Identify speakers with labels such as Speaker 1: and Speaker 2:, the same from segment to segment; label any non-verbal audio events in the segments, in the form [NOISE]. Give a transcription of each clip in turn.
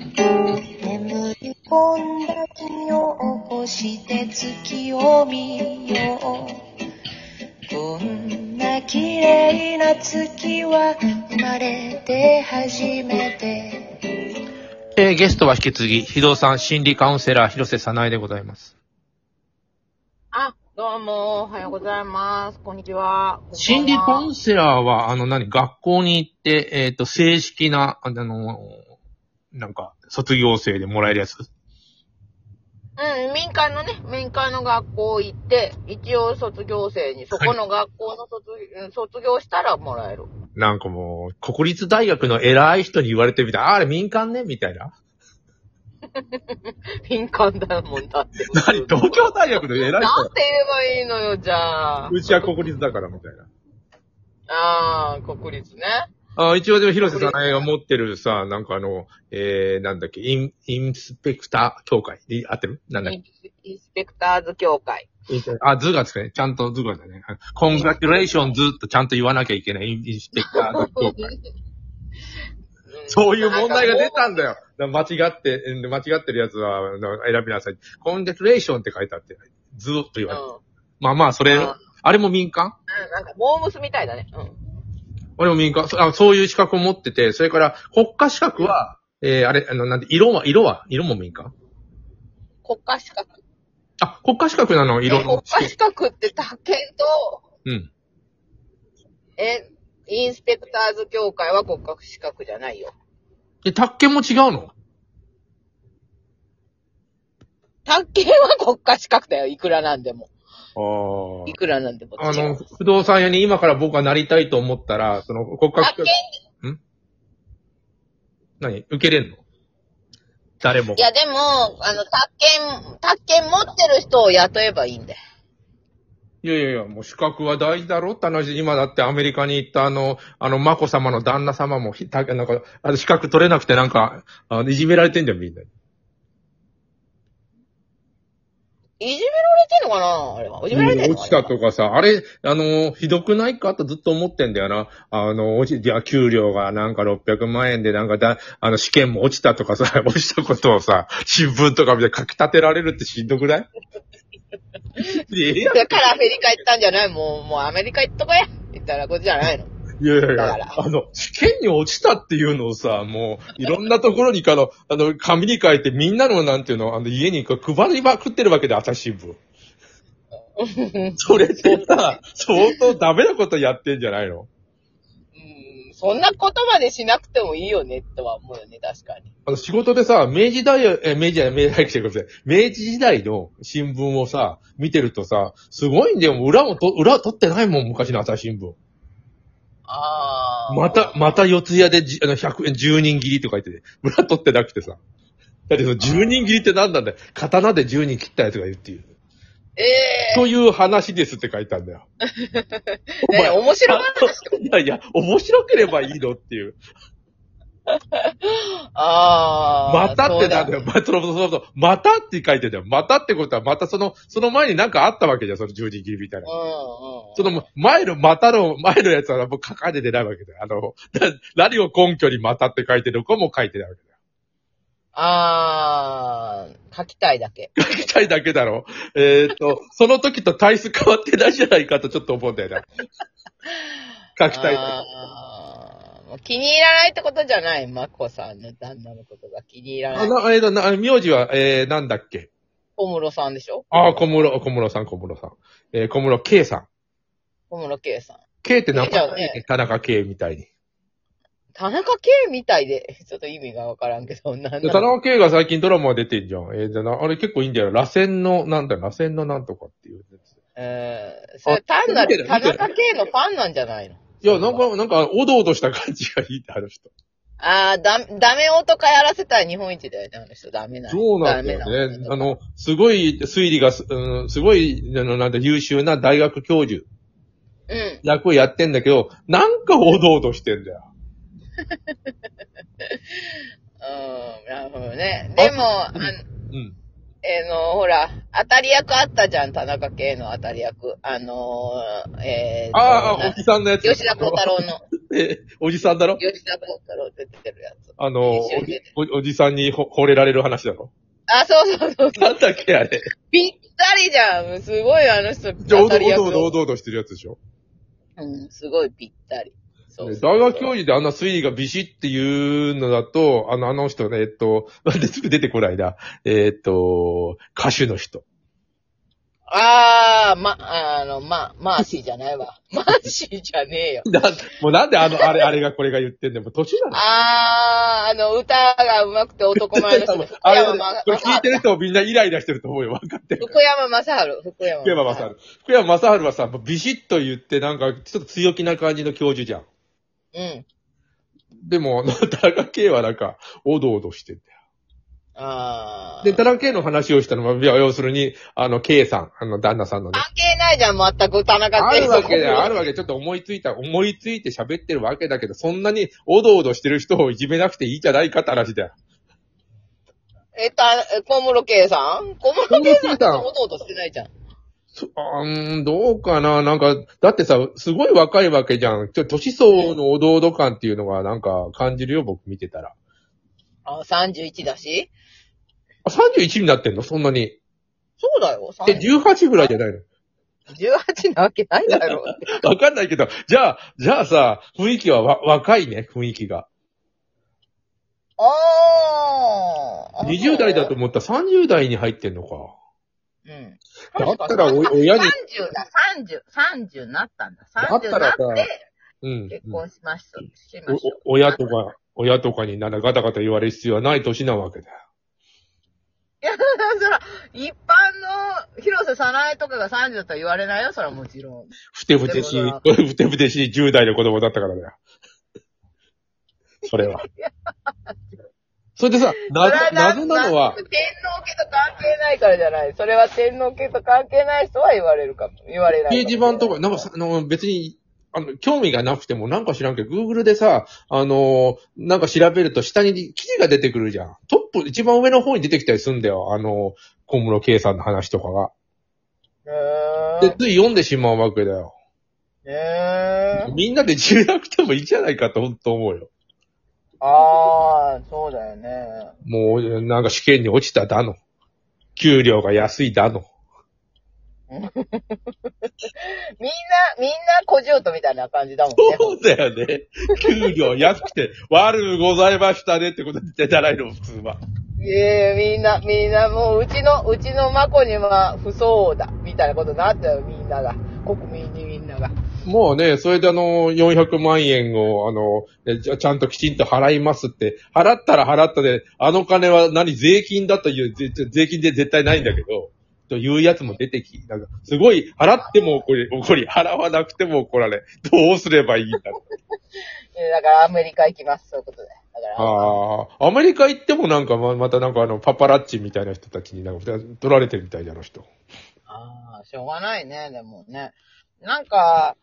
Speaker 1: 眠り込んだ気を起こして月を見ようこんな綺麗な月は生まれて初めて
Speaker 2: えーゲストは引き継ぎ、非道さん、心理カウンセラー、広瀬さないでございます。
Speaker 3: あ、どうも、おはようございます。こんにちは。
Speaker 2: 心理カウ
Speaker 3: ン
Speaker 2: ンセラーは、あの、何、学校に行って、えっ、と、正式な、あの、なんか、卒業生でもらえるやつ。
Speaker 3: うん、民間のね、民間の学校行って、一応卒業生に、そこの学校の卒,、うん卒業したらもらえる。
Speaker 2: なんかもう、国立大学の偉い人に言われてみたい。ああれ民間ねみたいな。
Speaker 3: 民間だもんだって。
Speaker 2: 何東京大学の偉い
Speaker 3: なん
Speaker 2: 人。
Speaker 3: て言えばいいのよ、じゃあ。
Speaker 2: うちは国立だから、みたいな。
Speaker 3: ああ、国立ね。
Speaker 2: あ一応でも広瀬さないが持ってるさ、なんかあの、えー、なんだっけ、イン、インスペクター協会で合ってるなんだっ
Speaker 3: インインスペクターズ協会。
Speaker 2: けインスペあ、図がつくね。ちゃんと図がだね。コングラチュレーションズとちゃんと言わなきゃいけないインインスペクター協会。そういう問題が出たんだよ。だ間違って、うん間違ってるやつはな選びなさい。コングラチュレーションって書いてあって、ずっと言
Speaker 3: う
Speaker 2: われて。
Speaker 3: ん。
Speaker 2: まあまあ、それ、
Speaker 3: うん
Speaker 2: あれも民間
Speaker 3: うんなんか、モームスみたいだね。うん。
Speaker 2: 俺も民間そあ、そういう資格を持ってて、それから国家資格は、えー、あれ、あの、なんて、色は、色は、色も民間
Speaker 3: 国家資格。
Speaker 2: あ、国家資格なの、色の
Speaker 3: 国。家資格ってだけど、
Speaker 2: うん。
Speaker 3: え、インスペクターズ協会は骨格資格じゃないよ。
Speaker 2: で、宅建も違うの
Speaker 3: 宅建は国家資格だよ。いくらなんでも。
Speaker 2: あ
Speaker 3: いくらなんでも。
Speaker 2: あの、不動産屋に今から僕がなりたいと思ったら、その国家資
Speaker 3: 宅
Speaker 2: 格
Speaker 3: 建、、
Speaker 2: 何受けれんの誰も
Speaker 3: い。やでも、あの、宅建、宅建持ってる人を雇えばいいんだよ。
Speaker 2: いやいやいや、もう資格は大事だろって話、今だってアメリカに行ったあの、あの、眞子様の旦那様も、ひたなんか、あの資格取れなくてなんか、あの、いじめられてんじゃん、みんな。
Speaker 3: いじめられてんのかなあれは。いじめられてんの
Speaker 2: 落
Speaker 3: か
Speaker 2: ち
Speaker 3: な
Speaker 2: たとかさ、あれ、あの、ひどくないかとずっと思ってんだよな。あの、落ち、いや、給料がなんか600万円でなんかだ、あの、試験も落ちたとかさ、 [LAUGHS] 落ちたことをさ、新聞とかで書き立てられるってしんどくないいや
Speaker 3: だからアメリカ行ったんじゃないもう、もうアメリカ行っとこや。行ったらことじゃないの。
Speaker 2: いやいやい
Speaker 3: だか
Speaker 2: や
Speaker 3: ら、
Speaker 2: あの、試験に落ちたっていうのをさ、もう、いろんなところにかの、あの、紙に書いてみんなのなんていうの、あの、家にこう配りまくってるわけで、朝日新
Speaker 3: [LAUGHS]
Speaker 2: 聞。それってさ、相当ダメなことやってんじゃないの
Speaker 3: うん、そんなことまでしなくてもいいよね、とは思うよね、確かに。
Speaker 2: あの、仕事でさ、明治大、え、明治じゃない、明治大学生ごめんなさい明治時代の新聞をさ、見てるとさ、すごいんだよ。裏もと、裏取ってないもん、昔の朝日新聞。
Speaker 3: ああ。
Speaker 2: また、また四ツ谷でじ、あの、100円、10人切りとか言ってて、裏取ってなくてさ。だってその10人切りって何なんだよ。刀で10人切ったやつが言うっていう。
Speaker 3: ええ
Speaker 2: という話ですって書いたんだ
Speaker 3: [LAUGHS]
Speaker 2: よ。お
Speaker 3: ね
Speaker 2: 前
Speaker 3: 面白い。
Speaker 2: [LAUGHS] いやいや、面白ければいいのっていう。
Speaker 3: ああ。
Speaker 2: またってなん
Speaker 3: そう
Speaker 2: だよ。まその、その、そのまたって書いてんだよ。またってことは、またその、その前になんかあったわけじゃん、その10人切りみたいな。
Speaker 3: うんうん。
Speaker 2: その前の、またの、前のやつはもう書かれてないわけだよ。あの、 [LAUGHS] な何を根拠にまたって書いてるかも書いてないわけだよ。
Speaker 3: あー、書きたいだけ。
Speaker 2: 書きたいだけだろ。えーっと、 [LAUGHS] その時と体質変わってないじゃないかとちょっと思うんだよ
Speaker 3: [LAUGHS]
Speaker 2: な。書きたいだ
Speaker 3: あーもう気に入らないってことじゃない、マコさんの旦那のことが気に入
Speaker 2: け。
Speaker 3: ら
Speaker 2: あ
Speaker 3: ない。
Speaker 2: の、えーと、な名字は、えー、なんだっけ。
Speaker 3: 小室さんでしょ
Speaker 2: ああ、小室、小室さん、小室さん。えー、小室圭さん。
Speaker 3: 小室圭さん。
Speaker 2: 圭って名前
Speaker 3: 圭ちゃん
Speaker 2: だ
Speaker 3: ね
Speaker 2: ね。田中圭みたいに。
Speaker 3: 田中圭みたいで、ちょっと意味がわからんけど、なん
Speaker 2: で
Speaker 3: だ
Speaker 2: 田
Speaker 3: ろう
Speaker 2: 中圭が最近ドラマ出てんじゃん。えー、じゃあな、あれ結構いいんだよ。螺旋の、なんだよ、螺旋のなんとかっていうやつ。
Speaker 3: えー、それ単な
Speaker 2: 見てる
Speaker 3: る
Speaker 2: 見て
Speaker 3: 田
Speaker 2: る
Speaker 3: 中圭のファンなんじゃないの
Speaker 2: いや、なんか、なんか、おどおどした感じがいいって、ある
Speaker 3: [LAUGHS]
Speaker 2: 人。
Speaker 3: あー、だ、ダメ男やらせたら日本一だよね、あの人。ダメなの。
Speaker 2: そうなんだ
Speaker 3: ダメ
Speaker 2: よね
Speaker 3: な。の
Speaker 2: あの、すごい推理がす、うん、すごい、あの、なんだ、優秀な大学教授
Speaker 3: うん。
Speaker 2: 役をやってんだけど、なんかおどおどしてんだよ。
Speaker 3: うん、なるほどね。でも、あの、
Speaker 2: うん。
Speaker 3: えの、ほら、当たり役あったじゃん、田中圭の当たり役。あのー、えーと、
Speaker 2: ああ、
Speaker 3: な
Speaker 2: おじさんのやつ。
Speaker 3: 吉田幸太郎の、
Speaker 2: え、おじさんだろ
Speaker 3: 吉田幸太郎って出てるやつ。
Speaker 2: あの、お
Speaker 3: 一緒に出て
Speaker 2: おおじさんにほ惚れられる話だろ
Speaker 3: あ、そうそうそうそう。
Speaker 2: なんだっけあれ。
Speaker 3: ぴったりじゃん。すごい、あの人、
Speaker 2: じゃあ、おどおどおどお
Speaker 3: の。
Speaker 2: どおどしてるやつでしょ。
Speaker 3: うん、すごいぴったり。そう
Speaker 2: ね
Speaker 3: そうそう
Speaker 2: 大学教授であんな推理がビシっていうのだと、あの、あの人ね、えっと、 [LAUGHS] 出て出てこないな。えっと、歌手の人。 [LAUGHS]
Speaker 3: あー、ま、あの、ま、マーシーじゃない
Speaker 2: [LAUGHS]
Speaker 3: わ。マーシーじゃねえよ。
Speaker 2: なもうなんであの、あれ、あれがこれが言ってんだよ。もう年なの。
Speaker 3: あー、あの、歌が上手くて男前の人。福
Speaker 2: [LAUGHS] あれ、
Speaker 3: 山
Speaker 2: これ聞いてる人もみんなイライラしてると思うよ。分かってる。
Speaker 3: 福山雅治。福山
Speaker 2: 福山雅治。福山雅治はさ、もうビシッと言って、なんか、ちょっと強気な感じの教授じゃん。
Speaker 3: うん。
Speaker 2: でも、田中圭はなんか、おどおどしてんだよ。
Speaker 3: あー。
Speaker 2: で、田中圭の話をしたのは、いや要するに、あの、圭さん、あの、旦那さんのね
Speaker 3: 関。係ないじゃん、全く田中
Speaker 2: あ
Speaker 3: 圭
Speaker 2: る
Speaker 3: 吾
Speaker 2: わけだよ、あるわけ。ちょっと思いついた、思いついて喋ってるわけだけど、そんなにおどおどしてる人をいじめなくていいじゃないかって話だよ。
Speaker 3: えっと、あえ小室圭さん小室圭さんってほとんどしてないじゃん。
Speaker 2: そあーんどうかななんか、だってさ、すごい若いわけじゃん。ちょ、年相応のおどおど感っていうのがなんか感じるよ、僕見てたら。
Speaker 3: あ、31だし。
Speaker 2: あ、31になってんのそんなに。
Speaker 3: そうだよ、
Speaker 2: え、18ぐらいじゃないの
Speaker 3: 18なわけないだ
Speaker 2: [LAUGHS]
Speaker 3: ろう。
Speaker 2: わかんないけど、じゃあ、じゃあさ、雰囲気はわ若いね、雰囲気が。
Speaker 3: あー。
Speaker 2: 20代だと。思ったら30代に入ってんのか。
Speaker 3: うん。
Speaker 2: だったらお親に
Speaker 3: 30だ、30、30になったんだ。
Speaker 2: だっ
Speaker 3: 30
Speaker 2: た
Speaker 3: にな
Speaker 2: ら
Speaker 3: っ
Speaker 2: さ
Speaker 3: て、
Speaker 2: うん。
Speaker 3: 結婚しました。し
Speaker 2: お
Speaker 3: [LAUGHS] ました。
Speaker 2: お親とか、親とかになんだガタガタ言われる必要はない年なわけだよ。
Speaker 3: いや、だから、一般の広瀬さなえとかが30とは言われないよ、それはもちろん。
Speaker 2: ふてふてし
Speaker 3: で
Speaker 2: い [LAUGHS]
Speaker 3: も、
Speaker 2: ふてふてしい10代の子供だったからだよ。それ
Speaker 3: [LAUGHS]
Speaker 2: は。それでさ、
Speaker 3: そ
Speaker 2: 謎
Speaker 3: れは、
Speaker 2: 謎なのは
Speaker 3: ん、天皇家と関係ないからじゃない。それは天皇家と関係ない人は言われるかも。言われない
Speaker 2: 掲
Speaker 3: も
Speaker 2: 示板とか、なんかさ、あの、別に、あの、興味がなくても、なんか知らんけど、Google でさ、あのー、なんか調べると下に記事が出てくるじゃん。トップ、一番上の方に出てきたりすんだよ。あのー、小室圭さんの話とかが。
Speaker 3: へ
Speaker 2: で、つい読んでしまうわけだよ。
Speaker 3: ー。へー。
Speaker 2: [LAUGHS] みんなで知らなくてもいいじゃないかと、ほんと思うよ。
Speaker 3: あー、そうだよね。
Speaker 2: もう、なんか試験に落ちただの。給料が安いだの。
Speaker 3: みんな、みんな小じゅうとみたいな感じだもんね。
Speaker 2: そうだよね。給料安くて、悪うございましたねってことじゃないの、普通は。
Speaker 3: ええみんな、みんなもう、うちの、うちのマコには不相応だ、みたいなことになったよ、みんなが。国民にみんなが。
Speaker 2: もうね、それであの、400万円を、あの、えちゃちゃんときちんと払いますって、払ったら払ったで、あの金は何、税金だという、ぜ税金で絶対ないんだけど、というやつも出てき、なんか、すごい、払っても怒り、怒り、払わなくても怒られ、どうすればいいんだろう。
Speaker 3: えだからアメリカ行きます、そういうことで。だから、
Speaker 2: ああ、アメリカ行ってもなんか、ままたなんかあの、パパラッチみたいな人たちになんか、取られてるみたいなの人。
Speaker 3: ああ、しょうがないね、でもね。なんか、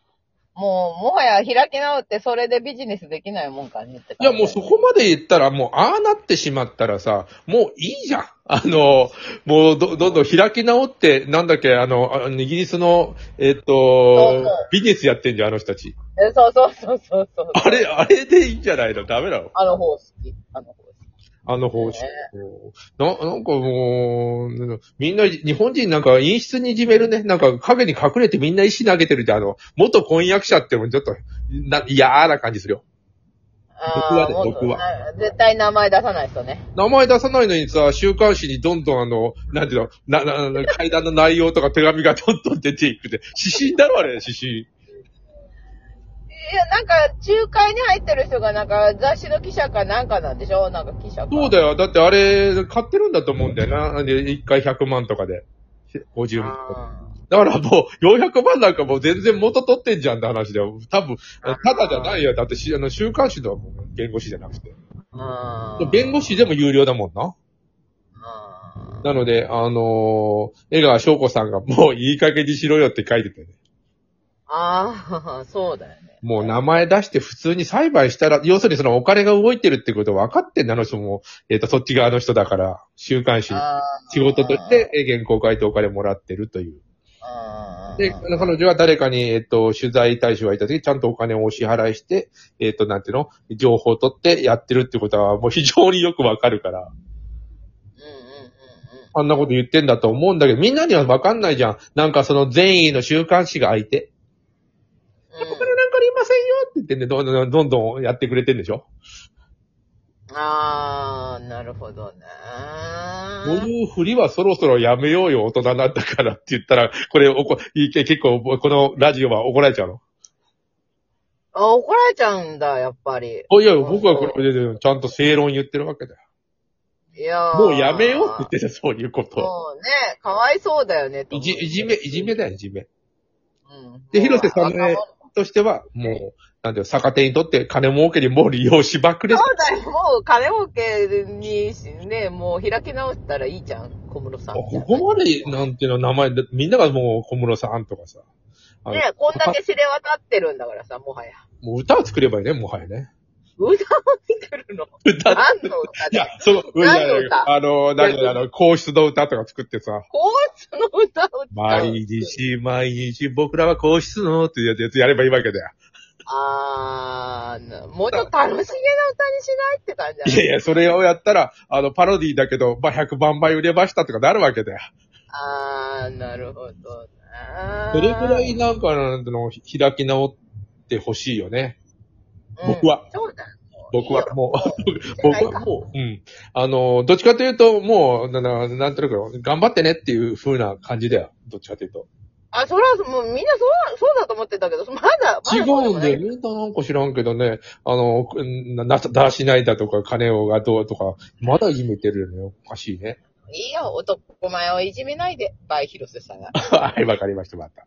Speaker 3: もう、もはや開き直ってそれでビジネスできないもんかねって
Speaker 2: いや、
Speaker 3: 感じ。
Speaker 2: もうそこまで言ったら、もう、ああなってしまったらさ、もういいじゃん。あの、もうど、どんどん開き直って、なんだっけ、あの、あイギリスの、えっ
Speaker 3: そう
Speaker 2: と
Speaker 3: そう、
Speaker 2: ビジネスやってんじゃん、あの人たち。
Speaker 3: えそうそうそうそうそう。
Speaker 2: あれ、あれでいいんじゃないのダメなの
Speaker 3: あの方好き。あの方好き。
Speaker 2: あの方針
Speaker 3: ね。
Speaker 2: な、なんかもう、みんな、日本人なんか陰湿にいじめるね。なんか影に隠れてみんな石投げてるって、あの、元婚約者ってもちょっと、な、嫌な感じするよ。僕はね
Speaker 3: あーもう
Speaker 2: 僕は
Speaker 3: な絶対名前出さない人ね。
Speaker 2: 名前出さないのにさ、週刊誌にどんどんあの、なんていうの、な、な、な、階段の内容とか手紙がどんどん出ていくで、指針だろあれ、指
Speaker 3: いや、なんか、仲介に入ってる人が、なんか、雑誌の記者かなんかなんでしょなんか記者か。
Speaker 2: 針。そうだよ。だってあれ、買ってるんだと思うんだよな。で、1回100万とかで。50万とか。
Speaker 3: あ
Speaker 2: だからもう、400万なんかもう全然元取ってんじゃんって話だよ。多分、ただじゃないよ。だってし、あの、週刊誌のはもう弁護士じゃなくて。
Speaker 3: ーあー。
Speaker 2: 弁護士でも有料だもんな。
Speaker 3: あー
Speaker 2: なので、あのー江川翔子さんがもういい加減にしろよって書いてたよね。
Speaker 3: ああ、そうだよね。
Speaker 2: もう名前出して普通に栽培したら、要するにそのお金が動いてるってこと分かってんだ、あの人も。えっ、と、そっち側の人だから、週刊誌、
Speaker 3: あー
Speaker 2: 仕事として、えー原稿書いてお金もらってるという。
Speaker 3: あー
Speaker 2: で、彼女は誰かに、えっ、と、取材対象がいた時、ちゃんとお金をお支払いして、えっ、と、なんていうの情報を取ってやってるってことは、もう非常によく分かるから。
Speaker 3: うんうんうんうん。
Speaker 2: あんなこと言ってんだと思うんだけど、みんなにはわかんないじゃん。なんかその善意の週刊誌が空いて、お金なんかありませんよって言ってんで、どんどんどんどんやってくれてんでしょ
Speaker 3: ああ、なるほどね。
Speaker 2: こういうふりはそろそろやめようよ、大人なんだからって言ったら、これおこ、いけ結構、このラジオは怒られちゃうの。
Speaker 3: あ、怒られちゃうんだ、やっぱり。
Speaker 2: おいや、僕はこれで、ちゃんと正論言ってるわけだよ。
Speaker 3: いやー
Speaker 2: もうやめようって言ってた、そういうこと。
Speaker 3: そうね、かわいそうだよね、と
Speaker 2: い
Speaker 3: 思う
Speaker 2: じ、いじめ、いじめだよ、いじめ。
Speaker 3: うん
Speaker 2: で広瀬さんねとしては、もう、なんだよ、逆手にとって金儲けにもう利用しばくれ
Speaker 3: そうだよ、もう金儲けにしね、もう開き直ったらいいじゃん、小室さん。
Speaker 2: ここまで、なんていうの、名前で、みんながもう小室さんとかさ。あの
Speaker 3: ね、こんだけ知れ渡ってるんだからさ、もはや。
Speaker 2: もう歌を作ればいいね、もはやね。
Speaker 3: 歌を作るの。
Speaker 2: 歌
Speaker 3: 何の歌
Speaker 2: い
Speaker 3: で
Speaker 2: や、その、いやいや
Speaker 3: 何の歌
Speaker 2: あの、なんかあの、皇室の歌とか作ってさ、
Speaker 3: 皇室の歌を歌う。
Speaker 2: 毎日、毎日、僕らは皇室のってやつやればいいわけだよ。
Speaker 3: あー、なもうちょっと楽しげな歌にしないって感じ
Speaker 2: い
Speaker 3: だ
Speaker 2: やい
Speaker 3: ね。
Speaker 2: や、それをやったら、あの、パロディだけど、まあ、100万枚売れましたとかなるわけだよ。
Speaker 3: あー、なるほどな。
Speaker 2: それくらいなんか、なんていうの、開き直ってほしいよね。
Speaker 3: うん
Speaker 2: 僕は。
Speaker 3: そうだよ。
Speaker 2: 僕はも
Speaker 3: [LAUGHS]
Speaker 2: う、
Speaker 3: いいよ
Speaker 2: 僕はもう、うん。あの、どっちかというと、もう、なななんとなく、頑張ってねっていう風な感じだよ。どっちかというと。
Speaker 3: あ、それはもうみんなそう、そうだと思ってたけど、まだ、まだ
Speaker 2: 違
Speaker 3: そう
Speaker 2: うん
Speaker 3: もな
Speaker 2: で、
Speaker 3: い
Speaker 2: みんななんか知らんけどね、あの、うんな、なだらしないだとか、金をがどうとか、まだいじめてるよね。おかしいね。 [LAUGHS]
Speaker 3: いいよ、男前をいじめないで。バイ、広瀬さんが。
Speaker 2: はい、わかりました、また。